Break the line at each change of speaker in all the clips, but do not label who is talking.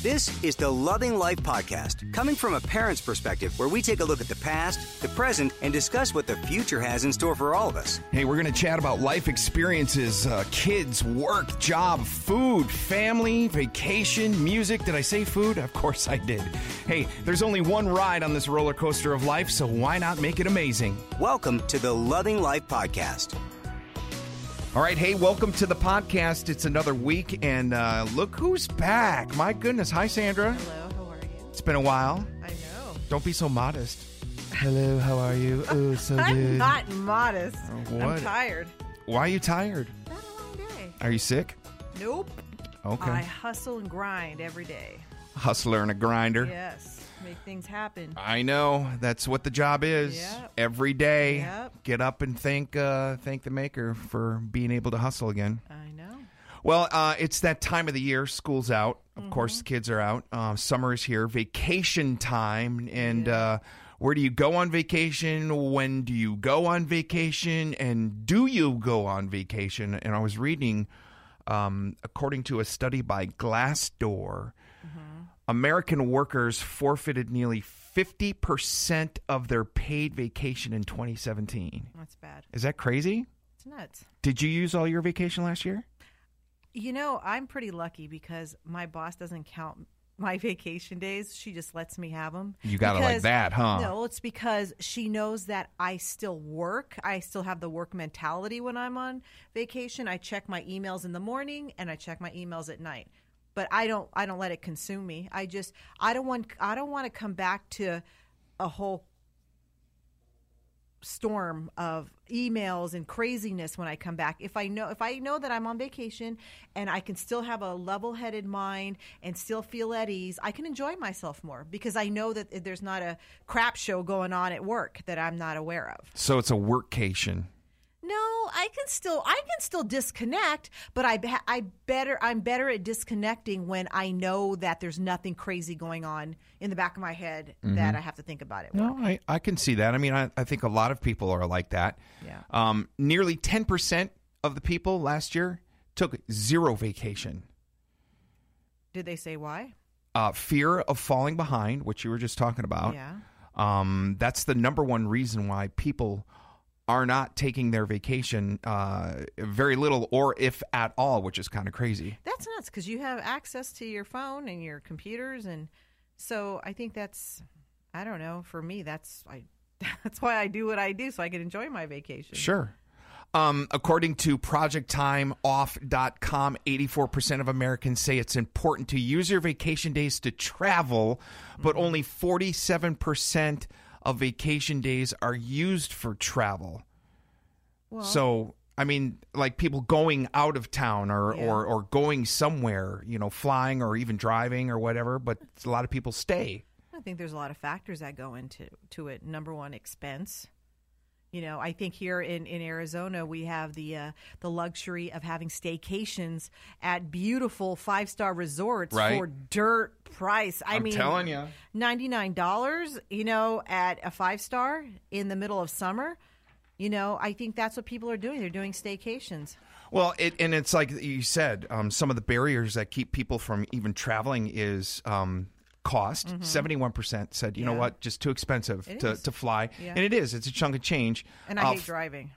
This is the Loving Life Podcast, coming from a parent's perspective, where we take a look at the past, the present, and discuss what the future has in store for all of us.
Hey, we're going to chat about life experiences, uh, kids, work, job, food, family, vacation, music. Did I say food? Of course I did. Hey, there's only one ride on this roller coaster of life, so why not make it amazing?
Welcome to the Loving Life Podcast.
All right, hey, welcome to the podcast. It's another week, and uh, look who's back. My goodness. Hi, Sandra.
Hello, how are you?
It's been a while.
I know.
Don't be so modest. Hello, how are you? Oh, so
I'm
good. Oh,
not modest.
what?
I'm tired.
Why are you tired?
Had a long day.
Are you sick?
Nope.
Okay.
I hustle and grind every day.
Hustler and a grinder.
Yes. Make things happen.
I know that's what the job is.
Yep.
Every day,
Yep.
get up and thank uh, thank the maker for being able to hustle again.
I know.
Well, uh, it's that time of the year. School's out. Of course, the kids are out. Uh, summer is here. Vacation time. And uh, where do you go on vacation? When do you go on vacation? And do you go on vacation? And I was reading, um, according to a study by Glassdoor, American workers forfeited nearly 50% of their paid vacation in 2017.
That's bad.
Is that crazy?
It's nuts.
Did you use all your vacation last year?
You know, I'm pretty lucky because my boss doesn't count my vacation days. She just lets me have them.
You gotta like that, huh?
No, it's because she knows that I still work. I still have the work mentality when I'm on vacation. I check my emails in the morning and I check my emails at night. But I don't I don't let it consume me. I just I don't want I don't want to come back to a whole storm of emails and craziness when I come back. If I know if I know that I'm on vacation and I can still have a level-headed mind and still feel at ease, I can enjoy myself more because I know that there's not a crap show going on at work that I'm not aware of.
So it's a workcation.
No, I can still I can still disconnect, but I be- I better I'm better at disconnecting when I know that there's nothing crazy going on in the back of my head that I have to think about it.
No, I, I can see that. I mean, I, I think a lot of people are like that.
Yeah.
Um, nearly 10% of the people last year took zero vacation.
Did they say why?
Uh, fear of falling behind, which you were just talking about.
Yeah.
Um, that's the number one reason why people are not taking their vacation uh, very little or if at all, which is kind of crazy.
That's nuts because you have access to your phone and your computers, and so I think that's I don't know. For me, that's I that's why I do what I do so I can enjoy my vacation.
Sure. Um, according to ProjectTimeOff.com, 84% of Americans say it's important to use your vacation days to travel, but only 47% of vacation days are used for travel.
Well,
so, I mean, like people going out of town or,
Yeah.
or, or going somewhere, you know, flying or even driving or whatever, but a lot of people stay.
I think there's a lot of factors that go into to it. Number one, expense. You know, I think here in, in Arizona we have the uh, the luxury of having staycations at beautiful five star resorts
Right.
for dirt price. I
I'm
mean,
telling ya.
ninety nine dollars. You know, at a five star in the middle of summer. You know, I think that's what people are doing. They're doing staycations.
Well, it, and it's like you said, um, some of the barriers that keep people from even traveling is um, cost. 71% said, you know
Mm-hmm. Yeah.
what, just too expensive
It
to,
is.
to fly.
Yeah.
And it is, it's a chunk of change.
And I
Uh,
hate driving.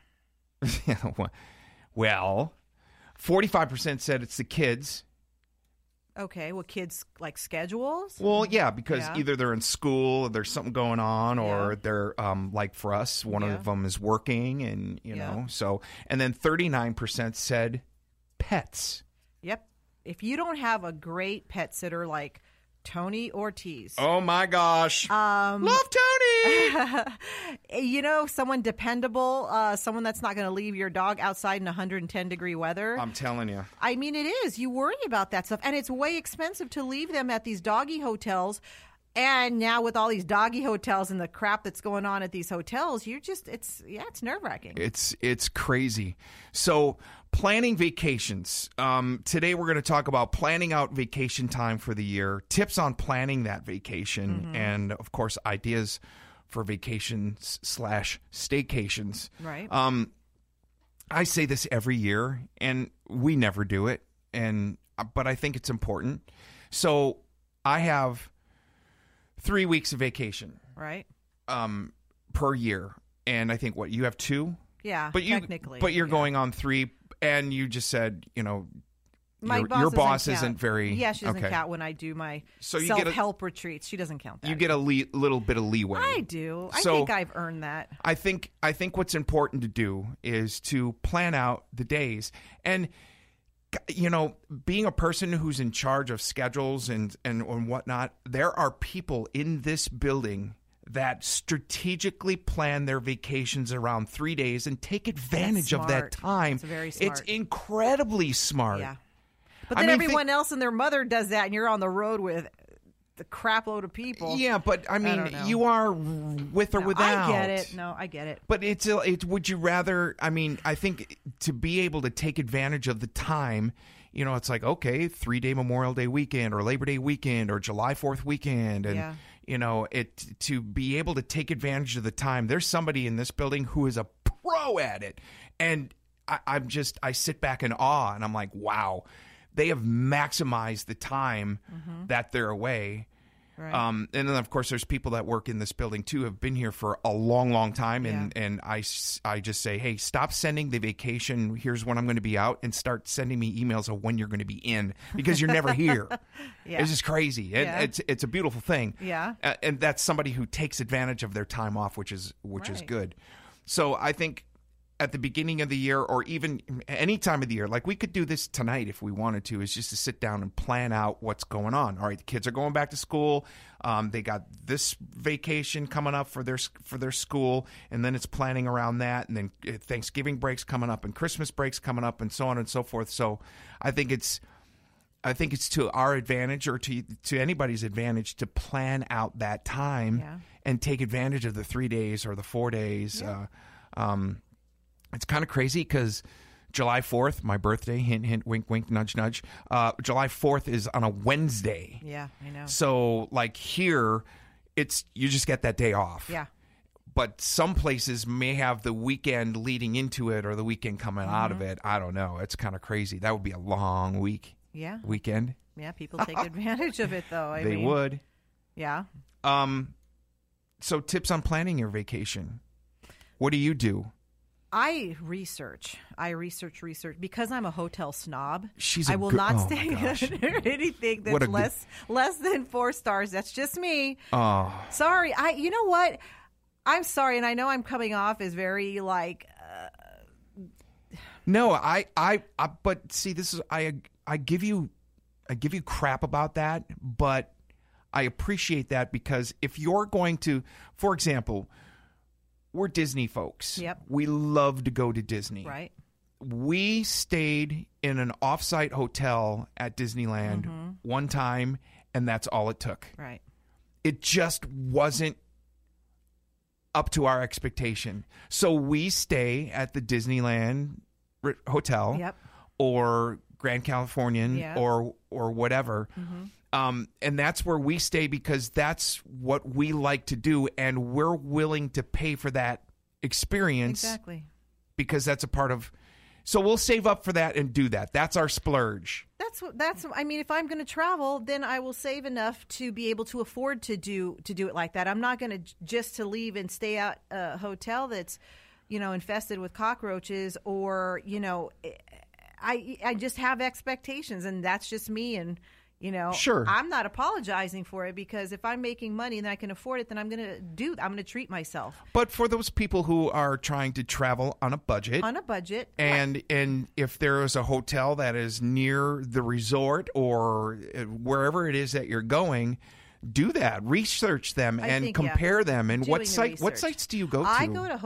f- well, 45% said it's the kids.
Okay, well, kids like schedules.
Well, yeah, because
Yeah.
either they're in school, or there's something going on, or
Yeah.
they're um, like for us, one
Yeah.
of them is working, and you
Yeah.
know, so. And then 39% said pets.
Yep. If you don't have a great pet sitter like Tony Ortiz.
Oh my gosh. Um, Love Tony.
eh, You know, someone dependable, uh, someone that's not going to leave your dog outside in 110 degree weather.
I'm telling you.
I mean, it is. You worry about that stuff, and it's way expensive to leave them at these doggy hotels. And now with all these doggy hotels and the crap that's going on at these hotels, you're just it's yeah, it's nerve wracking.
It's it's crazy. So planning vacations. Um, today we're going to talk about planning out vacation time for the year, tips on planning that vacation, and of course ideas for vacations slash staycations.
Right.
Um, I say this every year, and we never do it, and uh, but I think it's important. So I have three weeks of vacation
right?
um, per year, and I think what you have two,
Yeah.
but you
technically,
but you're
yeah.
going on three, and you just said you know
My
your, your
doesn't
boss
count.
isn't very
Yeah, she doesn't
okay.
count when I do my
So you get a-
self help retreats. She doesn't count that.
You get a le- little bit of leeway.
I do. I
So-
think I've earned that.
I think I think what's important to do is to plan out the days and you know being a person who's in charge of schedules and and, and whatnot there are people in this building that strategically plan their vacations around three days and take advantage of that
smart.
time
That's very
it's
smart.
incredibly smart
Yeah. But
I
then
mean, think-
everyone else and their mother does that, and you're on the road with the crap load of people.
yeah but i mean
don't know.
you are with or
No,
without
I get it. No, I get it.
But it's it's would you rather? I mean, I think to be able to take advantage of the time, you know, it's like okay, three day Memorial Day weekend or Labor Day weekend or July Fourth weekend, and
Yeah.
you know, it to be able to take advantage of the time. There's somebody in this building who is a pro at it, and I, I'm just I sit back in awe, and I'm like, wow, they have maximized the time
Mm-hmm.
that they're away.
Right.
Um, and then, of course, there's people that work in this building too, have been here for a long, long time. And, and I, s- I just say, hey, stop sending the vacation. Here's when I'm going to be out, and start sending me emails of when you're going to be in because you're never here.
Yeah.
It's just crazy. It,
Yeah.
It's it's a beautiful thing.
Yeah.
A- and that's somebody who takes advantage of their time off, which is which is
Right.
good. So I think at the beginning of the year, or even any time of the year, like we could do this tonight if we wanted to, is just to sit down and plan out what's going on. All right, the kids are going back to school. Um, they got this vacation coming up for their for their school, and then it's planning around that, and then uh, Thanksgiving breaks coming up, and Christmas breaks coming up, and so on and so forth. So I think it's I think it's to our advantage or to to anybody's advantage to plan out that time
Yeah.
and take advantage of the three days or the four days. Uh, um, it's kind of crazy because July fourth, my birthday, hint hint, wink wink, nudge nudge. Uh, July fourth is on a Wednesday,
yeah, I know.
so like here, it's you just get that day off.
Yeah.
But some places may have the weekend leading into it or the weekend coming out
Mm-hmm.
of it. I don't know. It's kind of crazy. That would be a long week
Yeah.
weekend.
Yeah. People take advantage of it, though. I
they
mean,
would.
Yeah.
Um, so tips on planning your vacation. What do you do?
I research. I research, research because I'm a hotel snob.
She's
I
a
will
gr- oh
not
my
stay
gosh.
under anything
What a
that's
good-
less less than four stars. That's just me.
Oh,
Sorry, I. You know what? I'm sorry, and I know I'm coming off as very like
no, I, I, I, but see, this is I, I give you, I give you crap about that, but I appreciate that because if you're going to, for example, we're Disney folks.
Yep.
We love to go to Disney.
right.
we stayed in an offsite hotel at Disneyland
Mm-hmm.
one time, and that's all it took.
Right.
It just wasn't up to our expectation. So we stay at the Disneyland re- hotel
Yep.
or Grand Californian
Yeah. Mm-hmm.
or or whatever. Um, and that's where we stay because that's what we like to do, and we're willing to pay for that experience
Exactly.
because that's a part of. So we'll save up for that and do that. That's our splurge.
That's what that's I mean if I'm going to travel then I will save enough to be able to afford to do to do it like that. I'm not going to just to leave and stay at a hotel that's you know infested with cockroaches eh, or you know I I just have expectations and that's just me and You know,
Sure.
I'm not apologizing for it because if I'm making money and I can afford it, then I'm going to do. I'm going to treat myself
But for those people who are trying to travel on a budget,
on a budget.
and and if there is a hotel that is near the resort or uh, wherever it is that you're going, do that. Research them
I
and
think, yeah.
compare them. And
Doing
what
the
site? What
research.
sites do you go to?
I go to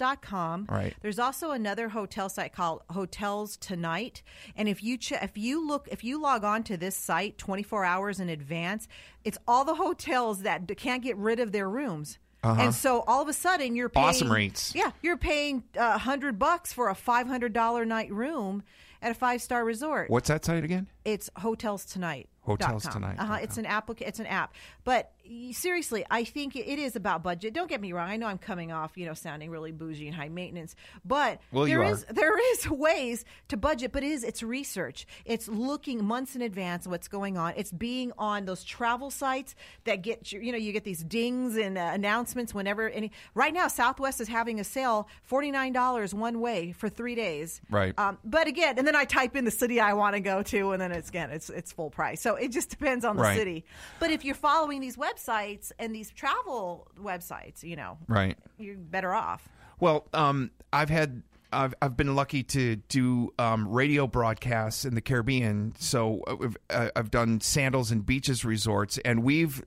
hotels.com.
All right.
There's also another hotel site called Hotels Tonight, and if you che- if you look if you log on to this site 24 hours in advance, it's all the hotels that d- can't get rid of their rooms. And so all of a sudden you're paying,
Uh-huh. Awesome rates.
Yeah, you're paying uh, a hundred bucks for a five hundred dollar night room at a five star resort.
What's that site again?
It's hotels tonight.
Hotels Tonight.
Uh-huh. It's an applica- It's an app. But y- seriously, I think it it is about budget. Don't get me wrong. I know I'm coming off, you know, sounding really bougie and high maintenance, but
Well, you
there
are.
is there is ways to budget. But it is it's research. It's looking months in advance what's going on. It's being on those travel sites that get you, you know you get these dings and uh, announcements whenever any. Right now, Southwest is having a sale forty nine dollars one way for three days.
Right.
Um, but again, and then I type in the city I want to go to, and then it's again it's it's full price. So it just depends on the
Right.
city. But if you're following these websites and these travel websites, you know,
Right.
you're better off.
Well, um, I've had I've I've been lucky to do um, radio broadcasts in the Caribbean. So uh, we've- uh, I've done sandals and beaches resorts, and we've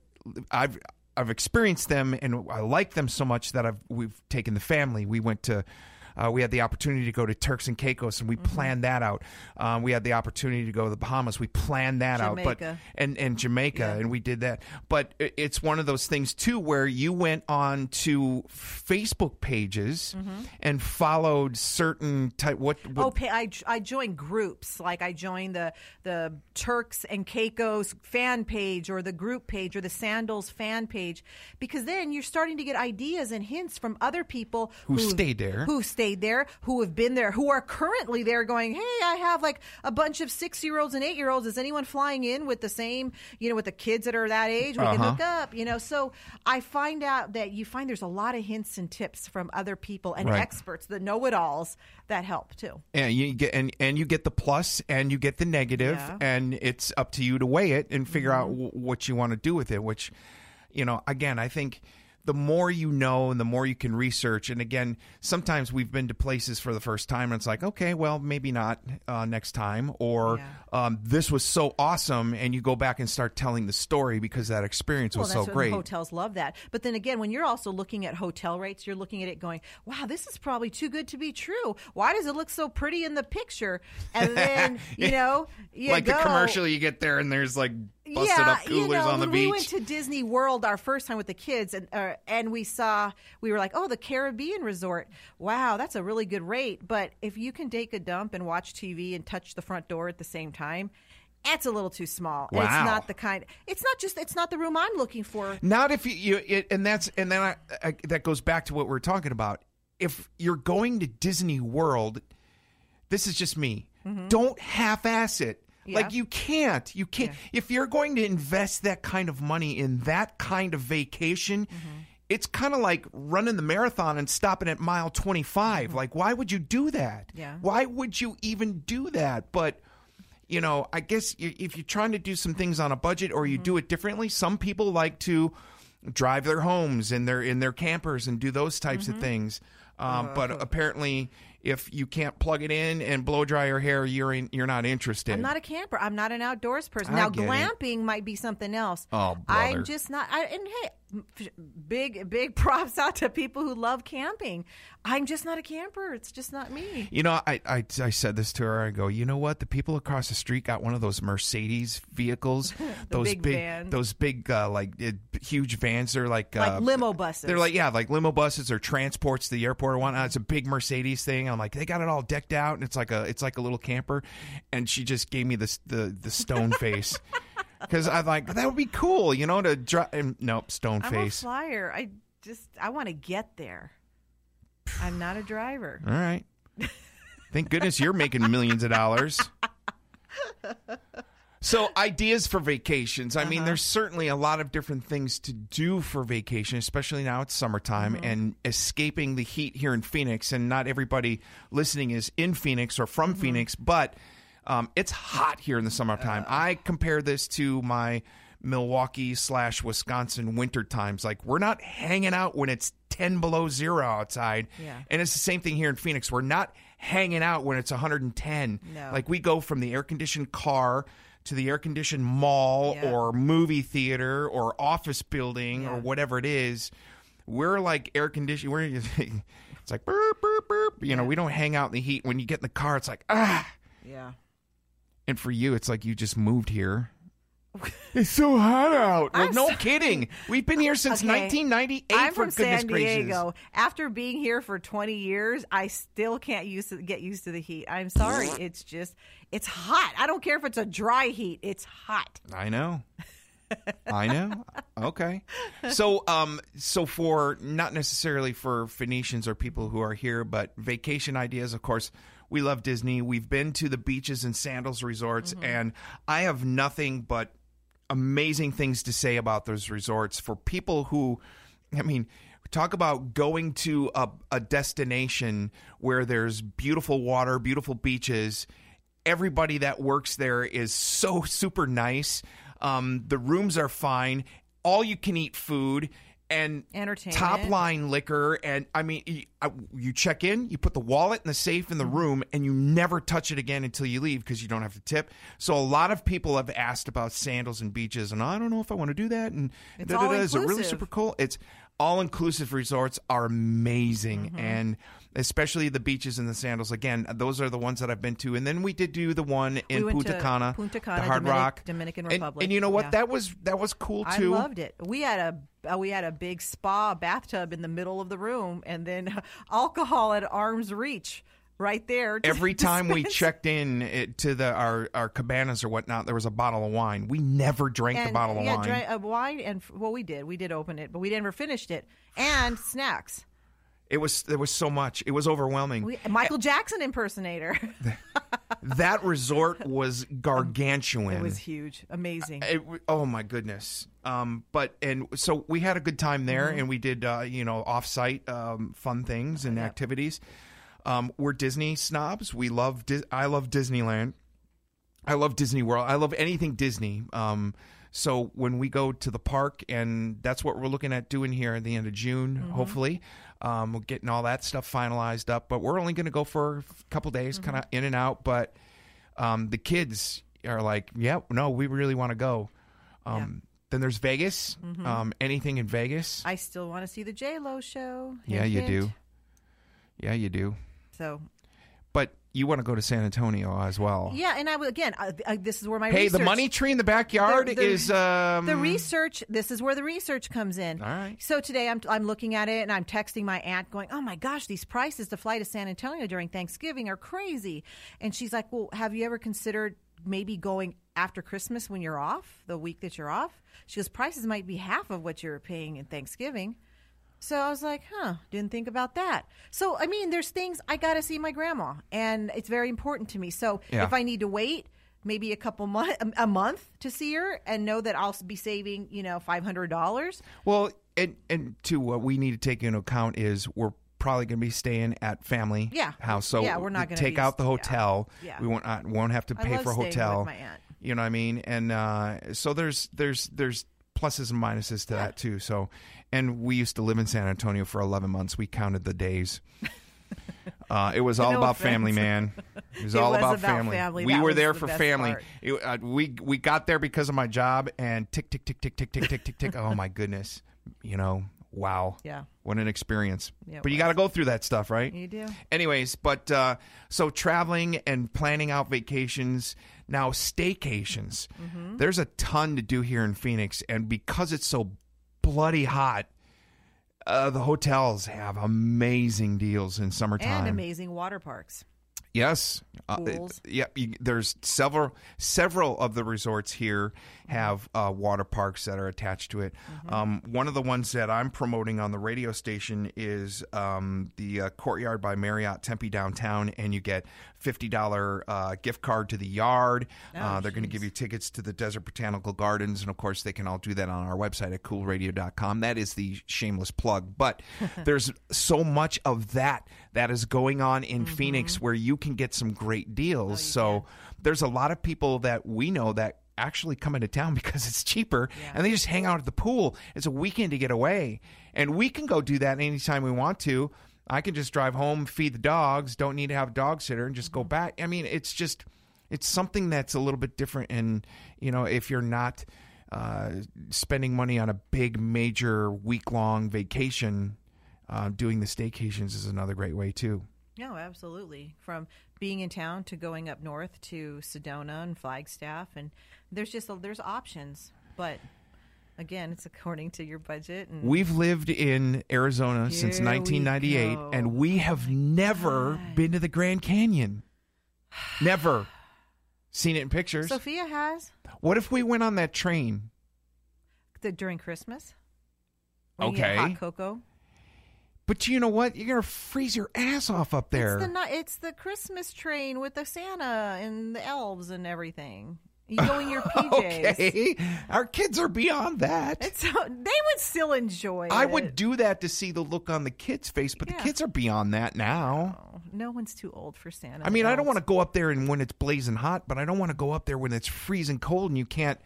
I've I've experienced them, and I like them so much that I've we've taken the family. We went to. Uh, we had the opportunity to go to Turks and Caicos, and we planned that out. Um, we had the opportunity to go to the Bahamas. We planned that out, but
Jamaica.
and and Jamaica, and we did that. But i- it's one of those things too, where you went on to Facebook pages and followed certain type. What, what
Oh, pa- I I join groups like I join the the Turks and Caicos fan page or the group page or the Sandals fan page because then you're starting to get ideas and hints from other people
Who stayed there.
who stayed there, who have been there, who are currently there, going, hey, I have like a bunch of six year olds and eight year olds. Is anyone flying in with the same, you know, with the kids that are that age? We can
Uh-huh.
hook up, you know. So I find out that you find there's a lot of hints and tips from other people and
Right.
experts, the know it alls that help too.
and you get and, and you get the plus and you get the negative,
Yeah. Mm-hmm.
and it's up to you to weigh it and figure out w- what you want to do with it. Which, you know, again, I think the more you know and the more you can research. And again, sometimes we've been to places for the first time, and it's like, okay, well, maybe not uh, next time, or um, this was so awesome, and you go back and start telling the story because that experience was
well,
so
that's what
great.
Hotels love that. But then again, when you're also looking at hotel rates, you're looking at it going, "Wow, this is probably too good to be true. Why does it look so pretty in the picture?" And then you know, you
like the
go-
commercial you get there, and there's like busted
yeah,
up coolers
you know,
on the
when
beach.
We went to Disney World our first time with the kids, and uh, and we saw we were like, oh, the Caribbean resort. Wow, that's a really good rate. But if you can take a dump and watch TV and touch the front door at the same time. That's a little too small. And
Wow.
it's not the kind. It's not just. It's not the room I'm looking for.
Not if you, you it, and that's and then I, I, that goes back to what we we're talking about. If you're going to Disney World, this is just me. Don't half-ass it. Like you can't, you can't. If you're going to invest that kind of money in that kind of vacation, it's kind of like running the marathon and stopping at mile 25. Like, why would you do that?
Yeah.
Why would you even do that? But you know, I guess y- if you're trying to do some things on a budget or you do it differently, some people like to drive their homes in their in their campers and do those types
Mm-hmm.
of things.
Uh,
Um, but apparently, if you can't plug it in and blow dry your hair, you're in, you're not interested.
I'm not a camper. I'm not an outdoors person.
I
now,
get it.
glamping might be something else.
Oh, brother.
I'm just not. I, and hey, f- big big props out to people who love camping. I'm just not a camper. It's just not me.
you know, I, I I said this to her. I go, you know what? The people across the street got one of those Mercedes vehicles, those
big van.
those big uh, like uh, huge vans. They're like
Like
uh,
limo buses.
They're like, yeah, like limo buses or transports to the airport or whatnot. It's a big Mercedes thing. I'm like, they got it all decked out, and it's like a it's like a little camper. And she just gave me this the the stone face because I like that would be cool, you know, to drive. Nope, stone
I'm
face.
a flyer. I just I want to get there. I'm not a driver.
all right. Thank goodness you're making millions of dollars. So ideas for vacations. I
Uh-huh.
mean, there's certainly a lot of different things to do for vacation, especially now it's summertime
Mm-hmm.
and escaping the
Mm-hmm.
heat here in Phoenix. And not everybody listening is in Phoenix or from Phoenix, but Um, it's hot here in the
Uh.
summertime. I compare this to my Milwaukee slash Wisconsin winter times. Like we're not hanging out when it's ten below zero outside.
Yeah.
And it's the same thing here in Phoenix. We're not hanging out when it's 110.
No.
Like we go from the air conditioned car to the air conditioned mall
Yeah.
or movie theater or office building or
Yeah.
whatever it is. We're like air conditioned. We're it's like burp burp burp. You know, we don't hang out in the heat. When you get in the car, it's like ah.
Yeah.
And for you, it's like you just moved here. It's so hot out. Like,
I'm
no
so-
kidding. We've been here since
Okay.
1998.
I'm
for
from
goodness
San
gracious.
Diego. After being here for 20 years, I still can't use to get used to the heat. I'm sorry. It's just it's hot. I don't care if it's a dry heat. It's hot.
I know. I know. Okay. So um so for not necessarily for Phoenicians or people who are here, but vacation ideas, of course, we love Disney. We've been to the beaches and sandals resorts and I have nothing but amazing things to say about those resorts for people who I mean Talk about going to a, a destination where there's beautiful water, beautiful beaches, everybody that works there is so super nice. Um, the rooms are fine. All you can eat food and
Entertainment.
top line liquor. And I mean, y- I- you check in, you put the wallet in the safe in the
Mm-hmm.
room, and you never touch it again until you leave because you don't have to tip. So a lot of people have asked about sandals and beaches, and I don't know if I want to do that. And
It's
da-da-da. is it really
all-inclusive.
super cool? It's all inclusive resorts are amazing,
Mm-hmm.
and especially the beaches and the sandals. Again, those are the ones that I've been to, and then we did do the one in
went
Punta
to
Cana,
Punta
the
Cana,
Hard
Dominic-
Rock,
Dominican
And- And,
Republic.
you know what?
Yeah.
That was that was cool
I
too.
loved it. We had a uh, we had a big spa bathtub in the middle of the room, and then alcohol at arm's reach, right there. to
Every time we
dispense.
checked in it, to the our, our cabanas or whatnot, there was a bottle of wine. We never drank the
and,
bottle of
yeah,
wine.
drank, uh, wine and well, we did. We did open it, but we never finished it. And snacks.
it was there was so much. It was overwhelming.
We, Michael Jackson impersonator.
that resort was
Um,
gargantuan.
it was huge, amazing.
It, w- oh my goodness. Um, but and so we had a good time there, and we did uh, you know offsite um, fun things and activities. Um, we're Disney snobs. We love. Dis- I love Disneyland. I love Disney World. I love anything Disney. Um, so when we go to the park, and that's what we're looking at doing here at the end of June, hopefully, um, we're getting all that stuff finalized up. But we're only going to go for a couple days, kind of in and out. But um, the kids are like, "Yeah, no, we really want to go." Um, Then there's Vegas. Um, anything in Vegas?
Mm-hmm. I still want to see the J Lo show.
yeah,
Hint,
you
hint.
do. Yeah, you do.
So
But you want to go to San Antonio as well.
yeah, and I will again. I, I, this is where my
Hey,
research,
the money tree in the backyard
The- the-
is um,
the research. This is where the research comes in.
All right.
So today I'm I'm looking at it and I'm texting my aunt, going, "Oh my gosh, these prices to fly to San Antonio during Thanksgiving are crazy," and she's like, "Well, have you ever considered maybe going?" After Christmas, when you're off, the week that you're off, she goes, prices might be half of what you're paying in Thanksgiving. So I was like, huh, didn't think about that. So, I mean, there's things I got to see my grandma, and it's very important to me. So,
Yeah.
if I need to wait maybe a couple month a month to see her and know that I'll be saving, you know, $500,
Well, and and two, what we need to take into account is we're probably going to be staying at family
Yeah.
house. So
Yeah, we're not
we
gonna
take
be-
out the
yeah.
hotel.
Yeah.
we won't uh, won't have to
I
pay
love
for a
staying with
hotel.
my aunt.
You know what I mean? And uh, so there's there's there's pluses and minuses to that too. So, and we used to live in San Antonio for 11 months. We counted the days. Uh, it was all
No
about family, man.
offense.
It was
It
all
was
about,
about
family.
family.
We
That
were
was
there
the
for
best
family.
part.
It, uh, we we got there because of my job and tick tick tick tick tick tick tick tick tick. Oh my goodness, you know, wow.
Yeah.
What an experience.
Yeah, it
but you got to go through that stuff, right?
You do.
Anyways, but uh, so traveling and planning out vacations now staycations. There's a ton to do here in Phoenix, and because it's so bloody hot, uh, the hotels have amazing deals in summertime.
and amazing water parks.
Yes. Uh, it-
Pools.
yeah, you, there's several several of the resorts here have uh, water parks that are attached to it. Um, one of the ones that I'm promoting on the radio station is um, the uh, Courtyard by Marriott Tempe downtown, and you get fifty dollar uh, gift card to the yard. uh, they're going to give you tickets to the Desert Botanical Gardens, and of course they can all do that on our website at coolradio.com. That is the shameless plug, but there's so much of that that is going on in Phoenix where you can get some great deals. so there's a lot of people that we know that actually come into town because it's cheaper and they just hang out at the pool. It's a weekend to get away. And we can go do that anytime we want to. I can just drive home, feed the dogs, don't need to have a dog sitter and just go back. I mean, it's just it's something that's a little bit different and you know, if you're not uh, spending money on a big major week long vacation, uh, doing the staycations is another great way too.
No, absolutely. From being in town to going up north to Sedona and Flagstaff, and there's just there's options, but again, it's according to your budget. And
We've lived in Arizona since
Mm. Here we
1998,
go.
and we have never been to the Grand Canyon. Never seen it in pictures.
Sophia has
what if we went on that train?
the during Christmas. when you get
Okay.
hot cocoa.
But you know what? You're gonna freeze your ass off up there.
It's the ni- it's the Christmas train with the Santa and the elves and everything. You go in your PJs.
okay, our kids are beyond that.
It's so, they would still enjoy.
I
it.
would do that to see the look on the kids' face, but the
Yeah.
kids are beyond that now.
Oh, no one's too old for Santa.
I mean, I don't want
to.
to go up there and when it's blazing hot, but I don't want to go up there when it's freezing cold and you can't.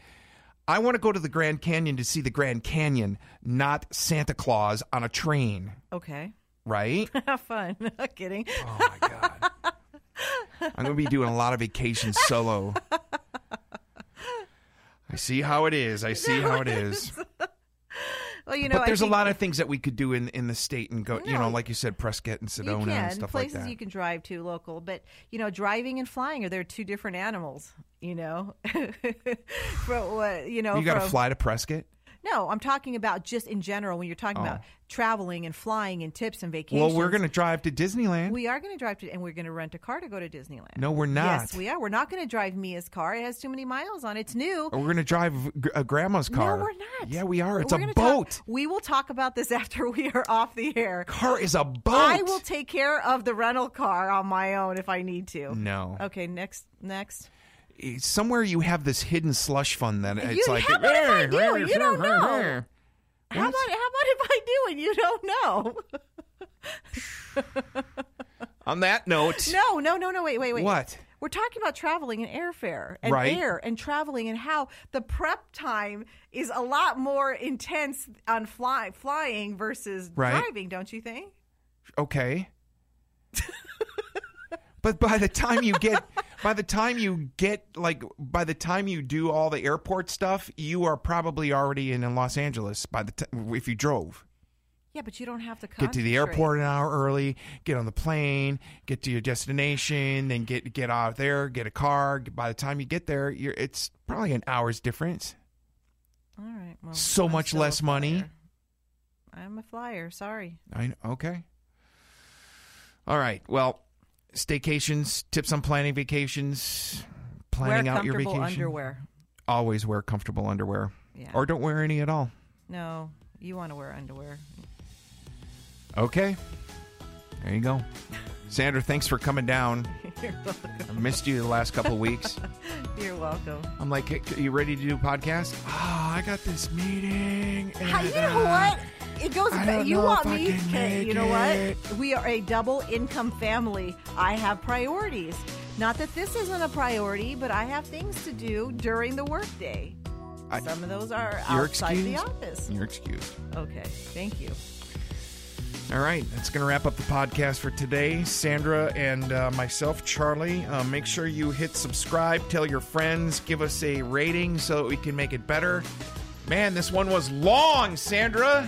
I want to go to the Grand Canyon to see the Grand Canyon, not Santa Claus on a train,
Okay,
right?
have fun. Not kidding.
Oh my god. I'm going to be doing a lot of vacation solo. I see how it is. I see how it is.
Well, you know,
but
I
there's a
think
lot of things that we could do in, in the state and go, you know,
No.
like you said, Prescott and
you
Sedona
can
and stuff like
places
that.
you can drive to local, but you know, driving and flying are they're two different animals. You know, but what you know,
you got to
from-
fly to Prescott?
No, I'm talking about just in general when you're talking
Oh.
about traveling and flying and tips and vacations.
Well, we're going to drive to Disneyland.
We are going to drive to, and we're going to rent a car to go to Disneyland.
No, we're not.
Yes, we are. We're not going to drive Mia's car. It has too many miles on it. It's new.
Or we're gonna drive gr- a grandma's car.
No, we're not.
Yeah, we are. It's
We're
a
gonna
boat.
Talk, we will talk about this after we are off the air.
car is a boat.
I will take care of the rental car on my own if I need to.
No.
Okay, next, next.
Somewhere you have this hidden slush fund that it's like.
how about if I do? You don't know. How
What?
about how about if I do and you don't know?
On that note,
No, no, no, no. Wait, wait, wait.
What?
We're talking about traveling and airfare and
Right.
air and traveling and how the prep time is a lot more intense on fly, flying versus
Right.
driving, don't you think?
okay. but by the time you get, by the time you get, like, by the time you do all the airport stuff, you are probably already in, in Los Angeles. By the time if you drove.
Yeah, but you don't have to
get to the
concentrate.
airport an hour early, get on the plane, get to your destination, then get get out there, get a car. By the time you get there, you're it's probably an hour's difference.
All right. Well,
So
I'm
much
still a
less money.
flyer. I'm a flyer. Sorry.
I okay. All right. Well, staycations, tips on planning vacations, planning
Wear
out your
comfortable
vacation.
underwear.
Always wear comfortable underwear,
Yeah.
or don't wear any at all.
No, you want to wear underwear.
Okay. There you go. Sandra, thanks for coming down.
You're welcome.
I missed you the last couple weeks.
You're welcome.
I'm like, "Hey, are you ready to do a podcast? Ah, I got this meeting.
Hi, you
and,
know
uh,
what? It goes.
I
ba-
don't
you
know
want
if I
me?
can
Okay,
make
you know
it.
what? We are a double income family. I have priorities. Not that this isn't a priority, but I have things to do during the workday.
I-
Some of those are
You're
outside
excused.
the office.
You're excused.
Okay, thank you.
All right, that's going to wrap up the podcast for today. Sandra and uh, myself, Charlie, uh, make sure you hit subscribe, tell your friends, give us a rating so that we can make it better. Man, this one was long, Sandra.